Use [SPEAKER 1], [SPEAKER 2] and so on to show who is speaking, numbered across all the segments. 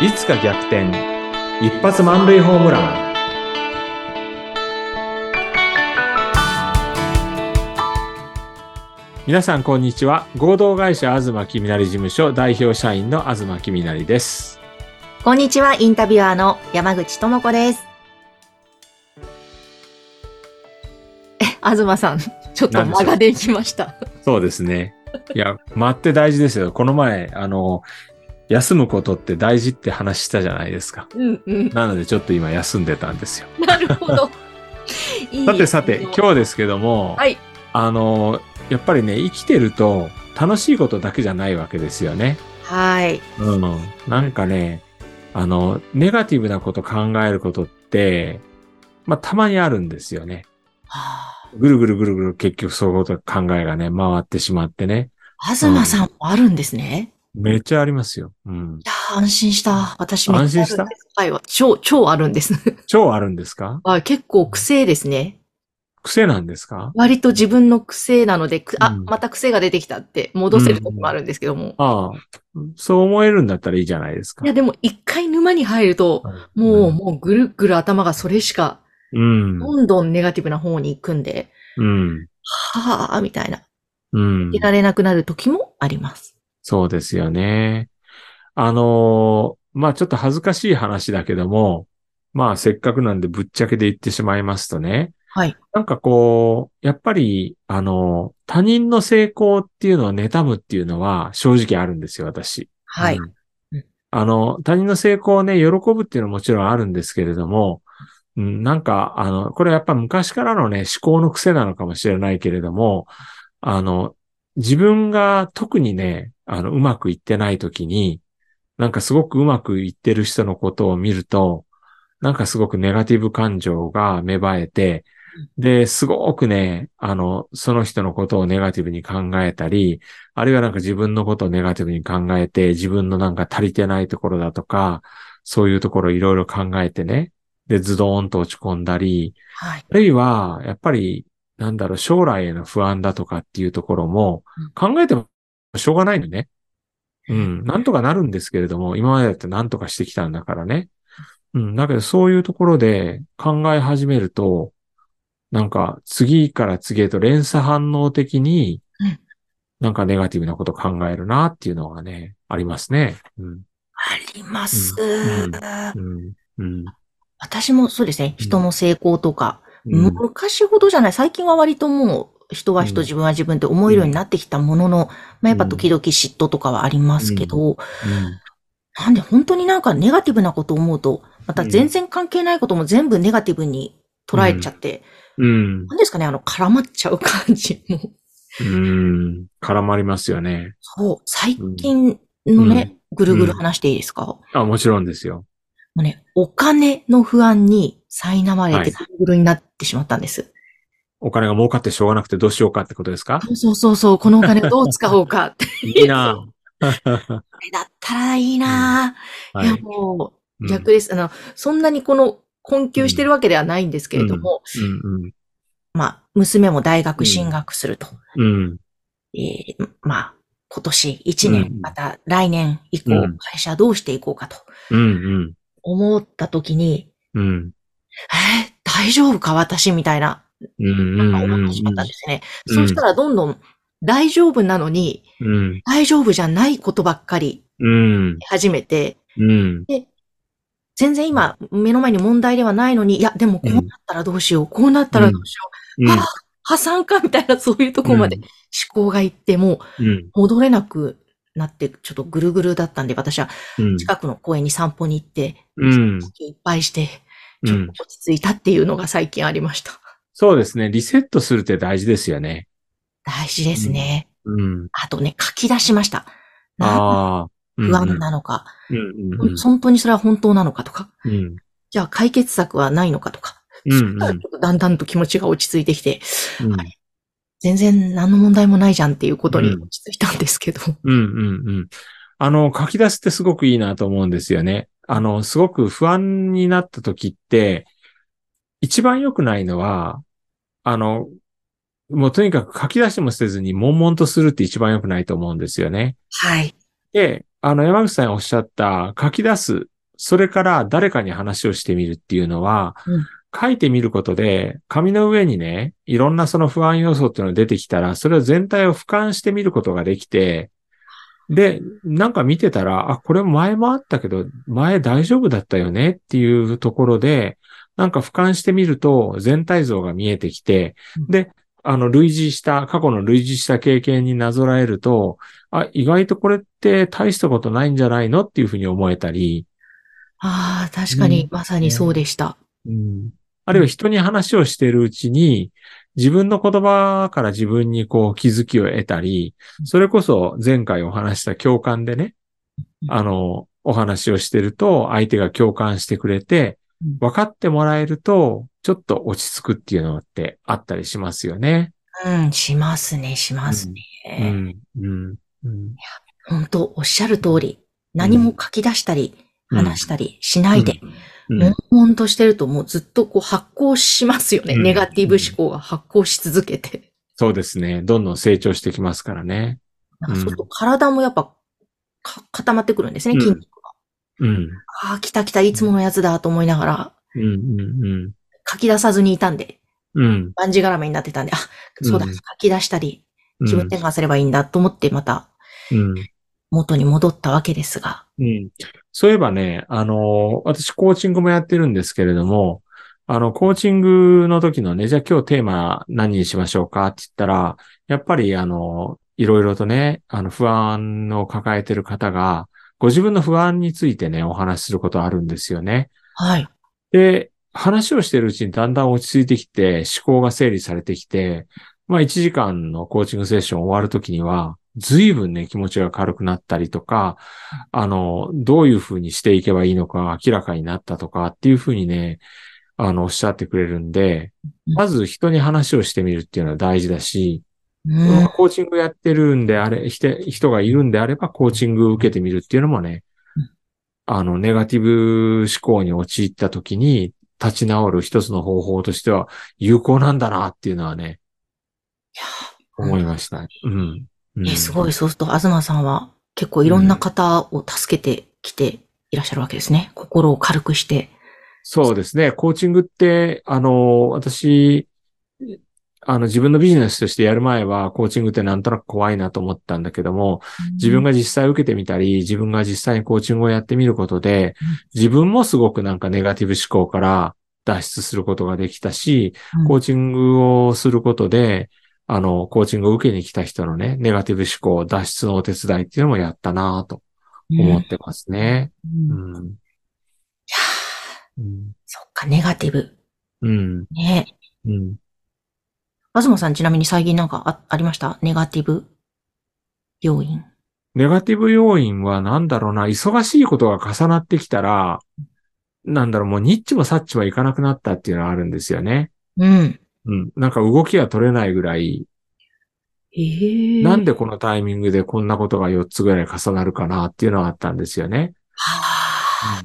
[SPEAKER 1] いつか逆転一発満塁ホームラン皆さんこんにちは合同会社東きみなり事務所代表社員の東きみなりです
[SPEAKER 2] こんにちは、インタビュアーの山口智子です。え、東さん、ちょっと間ができました。
[SPEAKER 1] そうですねいや間って大事ですよこの前あの休むことって大事って話したじゃないですか
[SPEAKER 2] うんうん。
[SPEAKER 1] なのでちょっと今休んでたんですよ
[SPEAKER 2] なる ほど。いい
[SPEAKER 1] さてさて今日ですけども、
[SPEAKER 2] はい。
[SPEAKER 1] あのやっぱりね生きてると楽しいことだけじゃないわけですよね
[SPEAKER 2] はい。
[SPEAKER 1] うん。なんかね、あの、ネガティブなこと考えることって、まあ、たまにあるんですよね。
[SPEAKER 2] は
[SPEAKER 1] ぐるぐるぐるぐる結局そういうこと考えがね、回ってしまってね。
[SPEAKER 2] あ、東さんもあるんですね。
[SPEAKER 1] めっちゃありますよ。うん
[SPEAKER 2] い。やー安心した。私も。
[SPEAKER 1] 安心した
[SPEAKER 2] はい。超、超あるんです。
[SPEAKER 1] 超あるんですか
[SPEAKER 2] あ結構癖ですね。
[SPEAKER 1] 癖なんですか
[SPEAKER 2] 割と自分の癖なので、くあ、
[SPEAKER 1] うん
[SPEAKER 2] また癖が出てきたって戻せる時もあるんですけども。
[SPEAKER 1] ああ。そう思えるんだったらいいじゃないですか
[SPEAKER 2] いや、。でも一回沼に入ると、もう、もうぐるぐる頭がそれしか、
[SPEAKER 1] うん。
[SPEAKER 2] どんどんネガティブな方に行くんで、
[SPEAKER 1] うん。
[SPEAKER 2] はぁーみたいな、
[SPEAKER 1] うん
[SPEAKER 2] い。られなくなる時もあります。
[SPEAKER 1] そうですよね。あのーまあちょっと恥ずかしい話だけども、まあせっかくなんでぶっちゃけで言ってしまいますとね。
[SPEAKER 2] はい。
[SPEAKER 1] なんかこう、やっぱり、あのー他人の成功っていうのを妬むっていうのは正直あるんですよ、私。
[SPEAKER 2] はい。
[SPEAKER 1] うん
[SPEAKER 2] うん
[SPEAKER 1] あの、他人の成功をね、喜ぶっていうのはもちろんあるんですけれども、うん、なんか、あの、これやっぱ昔からのね、思考の癖なのかもしれないけれども、あの、自分が特にね、あの、うまくいってない時に、なんかすごくうまくいってる人のことを見ると、なんかすごくネガティブ感情が芽生えて、で、すごくね、あの、その人のことをネガティブに考えたり、あるいはなんか自分のことをネガティブに考えて、自分のなんか足りてないところだとか、そういうところをいろいろ考えてね、で、ズドーンと落ち込んだり、
[SPEAKER 2] はい。
[SPEAKER 1] あるいは、やっぱり、なんだろう、将来への不安だとかっていうところも、考えてもしょうがないのね。うん、なんとかなるんですけれども、今までだってなんとかしてきたんだからね。うん、だけどそういうところで考え始めると、なんか次から次へと連鎖反応的に
[SPEAKER 2] うん、
[SPEAKER 1] なんかネガティブなこと考えるなっていうのがね、ありますね。うん、
[SPEAKER 2] あります、
[SPEAKER 1] うんうん、うん。
[SPEAKER 2] 私もそうですね、
[SPEAKER 1] うん
[SPEAKER 2] 人の成功とか、
[SPEAKER 1] うん
[SPEAKER 2] 昔ほどじゃない、最近は割ともう、人は人、
[SPEAKER 1] うん
[SPEAKER 2] 自分は自分って思えるようになってきたものの、まあ、やっぱ時々嫉妬とかはありますけど、なんで本当になんかネガティブなことを思うと、また全然関係ないことも全部ネガティブに捉えちゃって、
[SPEAKER 1] うん、
[SPEAKER 2] なんですかね、あの、絡まっちゃう感じも。
[SPEAKER 1] うん、絡まりますよね。
[SPEAKER 2] そう、最近のね、ぐるぐる
[SPEAKER 1] うん
[SPEAKER 2] 話していいですか、も
[SPEAKER 1] あ、もちろんですよ。
[SPEAKER 2] うね、お金の不安に苛まれ
[SPEAKER 1] はい
[SPEAKER 2] てぐるぐるになってしまったんです。
[SPEAKER 1] お金が儲かってしょうがなくてどうしようかってことですか
[SPEAKER 2] そうそうそうそう、このお金をどう使おうか って。
[SPEAKER 1] いいなぁ
[SPEAKER 2] これだったらいいなぁ、、
[SPEAKER 1] はいい
[SPEAKER 2] や、も
[SPEAKER 1] う
[SPEAKER 2] う、
[SPEAKER 1] ん
[SPEAKER 2] 逆です。あの、そんなにこの困窮してるわけではないんですけれども、
[SPEAKER 1] うん
[SPEAKER 2] まあ、娘も大学進学すると。
[SPEAKER 1] うん。うん。
[SPEAKER 2] えーまあ、今年1
[SPEAKER 1] う
[SPEAKER 2] 年
[SPEAKER 1] ん、
[SPEAKER 2] また来年以降、
[SPEAKER 1] うん
[SPEAKER 2] 会社どうしていこうかと
[SPEAKER 1] うん
[SPEAKER 2] 思った時に、
[SPEAKER 1] うん。うん。
[SPEAKER 2] えー大丈夫か私みたいな、
[SPEAKER 1] うん。う
[SPEAKER 2] なん
[SPEAKER 1] ん
[SPEAKER 2] か
[SPEAKER 1] う
[SPEAKER 2] 思っ
[SPEAKER 1] ん
[SPEAKER 2] てしまったんですね。
[SPEAKER 1] うん
[SPEAKER 2] そうしたらどんどん大丈夫なのに、
[SPEAKER 1] うん。
[SPEAKER 2] 大丈夫じゃないことばっかり
[SPEAKER 1] うん。
[SPEAKER 2] 始めて、
[SPEAKER 1] うん。
[SPEAKER 2] 全然今目の前に問題ではないのに、いや、でもこうなったらどうしよう、こうなったらどうしよう、あ、破産かみたいなそういうとこまで
[SPEAKER 1] う
[SPEAKER 2] 思考がいって、もう
[SPEAKER 1] うん。
[SPEAKER 2] 戻れなくなって、ちょっとぐるぐるだったんで、私は
[SPEAKER 1] うん。
[SPEAKER 2] 近くの公園に散歩に行って、
[SPEAKER 1] うん
[SPEAKER 2] いっぱいして、
[SPEAKER 1] う
[SPEAKER 2] ちょっ
[SPEAKER 1] ん
[SPEAKER 2] と。落ち着いたっていうのが最近ありました。
[SPEAKER 1] そうですね。リセットするって大事ですよね。
[SPEAKER 2] 大事ですね。
[SPEAKER 1] うん。
[SPEAKER 2] あとね、書き出しました。なん
[SPEAKER 1] ああ。
[SPEAKER 2] で不安なのか、
[SPEAKER 1] うんうんうん。
[SPEAKER 2] 本当にそれは本当なのかとか、
[SPEAKER 1] うん。
[SPEAKER 2] じゃあ解決策はないのかとか、
[SPEAKER 1] う
[SPEAKER 2] そ
[SPEAKER 1] ん
[SPEAKER 2] し。たらちょっとだんだんと気持ちが落ち着いてきて、
[SPEAKER 1] うん。
[SPEAKER 2] 全然何の問題もないじゃんっていうことに落ち着いたんですけど。
[SPEAKER 1] うんうんうん。あの、書き出しってすごくいいなと思うんですよね。あの、すごく不安になった時って、一番良くないのは、あの、もうとにかく書き出しもせずに悶々とするって一番良くないと思うんですよね。
[SPEAKER 2] はい。
[SPEAKER 1] で、あの、山口さんがおっしゃった書き出す、それから誰かに話をしてみるっていうのは、
[SPEAKER 2] うん
[SPEAKER 1] 書いてみることで、紙の上にね、いろんなその不安要素っていうのが出てきたら、それを全体を俯瞰してみることができて、で、なんか見てたら、あ、これ前もあったけど、前大丈夫だったよねっていうところで、なんか俯瞰してみると全体像が見えてきて、
[SPEAKER 2] うん
[SPEAKER 1] で、あの、類似した、過去の類似した経験になぞらえると、あ、意外とこれって大したことないんじゃないのっていうふうに思えたり、
[SPEAKER 2] ああ、確かに、まさにそうでした。
[SPEAKER 1] うんあるいは人に話をしているうちに、自分の言葉から自分にこう気づきを得たり、それこそ前回お話した共感でね、
[SPEAKER 2] うん
[SPEAKER 1] あの、お話をしてると相手が共感してくれて
[SPEAKER 2] うん、
[SPEAKER 1] 分かってもらえると、ちょっと落ち着くっていうのってあったりしますよね。
[SPEAKER 2] うん、しますね、しますね。
[SPEAKER 1] うん、うん、うん。
[SPEAKER 2] 本当おっしゃる通り、何も書き出したり、
[SPEAKER 1] うん
[SPEAKER 2] 話したりしないで、
[SPEAKER 1] うん。
[SPEAKER 2] 悶々としてるともうずっとこう発行しますよね。
[SPEAKER 1] うん
[SPEAKER 2] ネガティブ思考が発行し続けて。
[SPEAKER 1] そうですね。どんどん成長してきますからね。
[SPEAKER 2] なんかそうすると体もやっぱか固まってくるんですね、
[SPEAKER 1] うん
[SPEAKER 2] 筋肉が。
[SPEAKER 1] うん。
[SPEAKER 2] ああ、来た来た、いつものやつだと思いながら、
[SPEAKER 1] うん、うん、
[SPEAKER 2] 書き出さずにいたんで、
[SPEAKER 1] うん。うん。
[SPEAKER 2] 万事絡めになってたんで、あ、そうだ、
[SPEAKER 1] うん
[SPEAKER 2] 書き出したり、
[SPEAKER 1] うん
[SPEAKER 2] 気分転換すればいいんだと思ってまた
[SPEAKER 1] うん。
[SPEAKER 2] 元に戻ったわけですが。
[SPEAKER 1] うん。そういえばね、あの、私コーチングもやってるんですけれども、あの、コーチングの時のね、じゃあ今日テーマ何にしましょうかって言ったら、やっぱりあの、いろいろとね、あの、不安を抱えてる方が、ご自分の不安についてね、お話しすることあるんですよね。
[SPEAKER 2] はい。
[SPEAKER 1] で、話をしてるうちにだんだん落ち着いてきて、思考が整理されてきて、まあ1時間のコーチングセッション終わるときには、随分ね、気持ちが軽くなったりとか、あの、どういうふうにしていけばいいのかが明らかになったとかっていうふうにね、あの、おっしゃってくれるんで、
[SPEAKER 2] うん
[SPEAKER 1] まず人に話をしてみるっていうのは大事だし、
[SPEAKER 2] うん。
[SPEAKER 1] コーチングやってるんであれ、して、人がいるんであれば、コーチングを受けてみるっていうのもね
[SPEAKER 2] うん、
[SPEAKER 1] あの、ネガティブ思考に陥った時に立ち直る一つの方法としては有効なんだなっていうのはね、
[SPEAKER 2] うん
[SPEAKER 1] 思いました。うん。うん
[SPEAKER 2] え、すごい。そうすると、東さんは結構いろんな方を助けてきていらっしゃるわけですね。心を軽くして。
[SPEAKER 1] そうですね。コーチングって、あの、私、あの、自分のビジネスとしてやる前は、コーチングってなんとなく怖いなと思ったんだけども、自分
[SPEAKER 2] が、
[SPEAKER 1] が実際受けてみたり、自分が実際にコーチングをやってみることで、自分もすごくなんかネガティブ思考から脱出することができたし、
[SPEAKER 2] うん
[SPEAKER 1] コーチングをすることで、あの、コーチングを受けに来た人のね、ネガティブ思考脱出のお手伝いっていうのもやったなぁと思ってますね。
[SPEAKER 2] うん
[SPEAKER 1] う
[SPEAKER 2] いやー
[SPEAKER 1] ん。うん。
[SPEAKER 2] そっか、ネガティブ。
[SPEAKER 1] うん。
[SPEAKER 2] ねえ。
[SPEAKER 1] うん。
[SPEAKER 2] 東さんちなみに最近なんかあありましたネガティブ要因。
[SPEAKER 1] ネガティブ要因はなんだろうな、忙しいことが重なってきたら、なんだろう、もうニッチもサッチもいかなくなったっていうのはあるんですよね。
[SPEAKER 2] うん。
[SPEAKER 1] うん。なんか動きが取れないぐらい、
[SPEAKER 2] ええ
[SPEAKER 1] なんでこのタイミングでこんなことが4つぐらい重なるかなっていうのはあったんですよね。
[SPEAKER 2] はあ。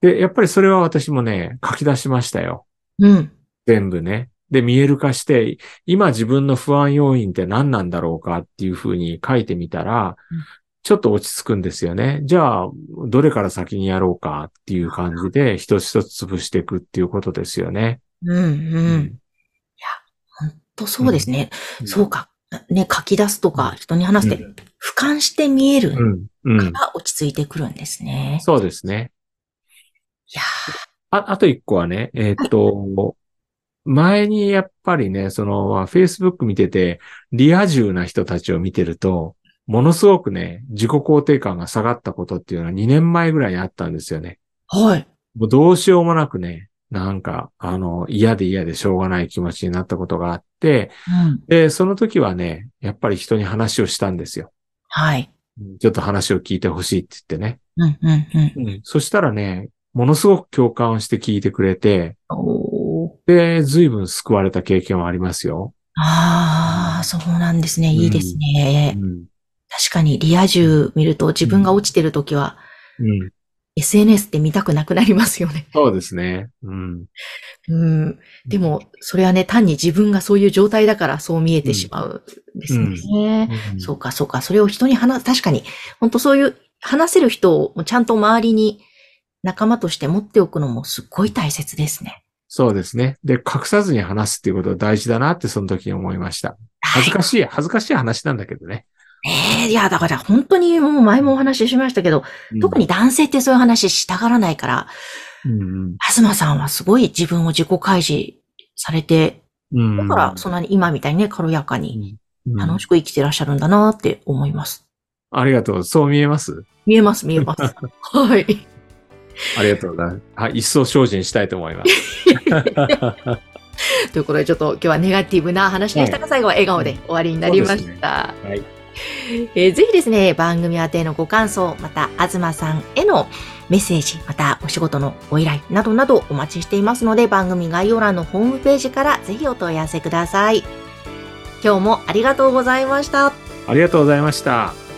[SPEAKER 1] で、やっぱりそれは私もね、書き出しましたよ。
[SPEAKER 2] うん。
[SPEAKER 1] 全部ね。で、見える化して、今自分の不安要因って何なんだろうかっていうふうに書いてみたら
[SPEAKER 2] うん、
[SPEAKER 1] ちょっと落ち着くんですよね。じゃあ、どれから先にやろうかっていう感じで、一つ一つ潰していくっていうことですよね。
[SPEAKER 2] うん、うん。と、そうですね。
[SPEAKER 1] うん
[SPEAKER 2] そうか。ね、書き出すとか、人に話して、
[SPEAKER 1] う
[SPEAKER 2] 俯瞰して見える
[SPEAKER 1] う
[SPEAKER 2] か
[SPEAKER 1] ん。うん。
[SPEAKER 2] ら落ち着いてくるんですね。
[SPEAKER 1] そうですね。
[SPEAKER 2] いや
[SPEAKER 1] あ、あと一個はね、えーっと、前にやっぱりね、その、Facebook 見てて、リア充な人たちを見てると、ものすごくね、自己肯定感が下がったことっていうのは2年前ぐらいにあったんですよね。
[SPEAKER 2] ーはい。
[SPEAKER 1] もうどうしようもなくね、なんか、あの、嫌で嫌でしょうがない気持ちになったことがあって、
[SPEAKER 2] うん。
[SPEAKER 1] で、その時はね、やっぱり人に話をしたんですよ。
[SPEAKER 2] はい。
[SPEAKER 1] ちょっと話を聞いてほしいって言ってね。
[SPEAKER 2] うん、うん、うん。
[SPEAKER 1] そしたらね、ものすごく共感をして聞いてくれて、
[SPEAKER 2] おー
[SPEAKER 1] で、随分救われた経験はありますよ。
[SPEAKER 2] ああ、そうなんですね。いいですね。
[SPEAKER 1] うん。
[SPEAKER 2] 確かにリア充見ると自分が落ちてるときは、
[SPEAKER 1] うん。
[SPEAKER 2] SNS って見たくなくなりますよね。
[SPEAKER 1] そうですね。うん。
[SPEAKER 2] うん。でも、それはね、単に自分がそういう状態だからそう見えてしまうんですね。
[SPEAKER 1] うん、
[SPEAKER 2] そうか、そうか。それを人に話す。確かに、本当そういう話せる人をちゃんと周りに仲間として持っておくのもすっごい大切ですね。
[SPEAKER 1] そうですね。で、隠さずに話すっていうことは大事だなってその時に思いました。恥ずかしい、恥ずかしい話なんだけどね。
[SPEAKER 2] ええいや、だから本当にもう前もお話ししましたけど、
[SPEAKER 1] うん
[SPEAKER 2] 特に男性ってそういう話したがらないから、
[SPEAKER 1] うん
[SPEAKER 2] 東さんはすごい自分を自己開示されて、
[SPEAKER 1] うん。
[SPEAKER 2] だからそんなに今みたいにね、軽やかに
[SPEAKER 1] うん、うん
[SPEAKER 2] 楽しく生きてらっしゃるんだなって思います。
[SPEAKER 1] ありがとう。そう見えます
[SPEAKER 2] 見えます、見え ます。はい。
[SPEAKER 1] ありがとうございます。はい、一層精進したいと思います。
[SPEAKER 2] ということで、ちょっと今日はネガティブな話でしたが、最後は笑顔で終わりになりました。
[SPEAKER 1] そうですね
[SPEAKER 2] えーぜひですね、番組宛てのご感想、また、東さんへのメッセージ、また、お仕事のご依頼などなどお待ちしていますので、番組概要欄のホームページからぜひお問い合わせください。今日もありがとうございました。
[SPEAKER 1] ありがとうございました。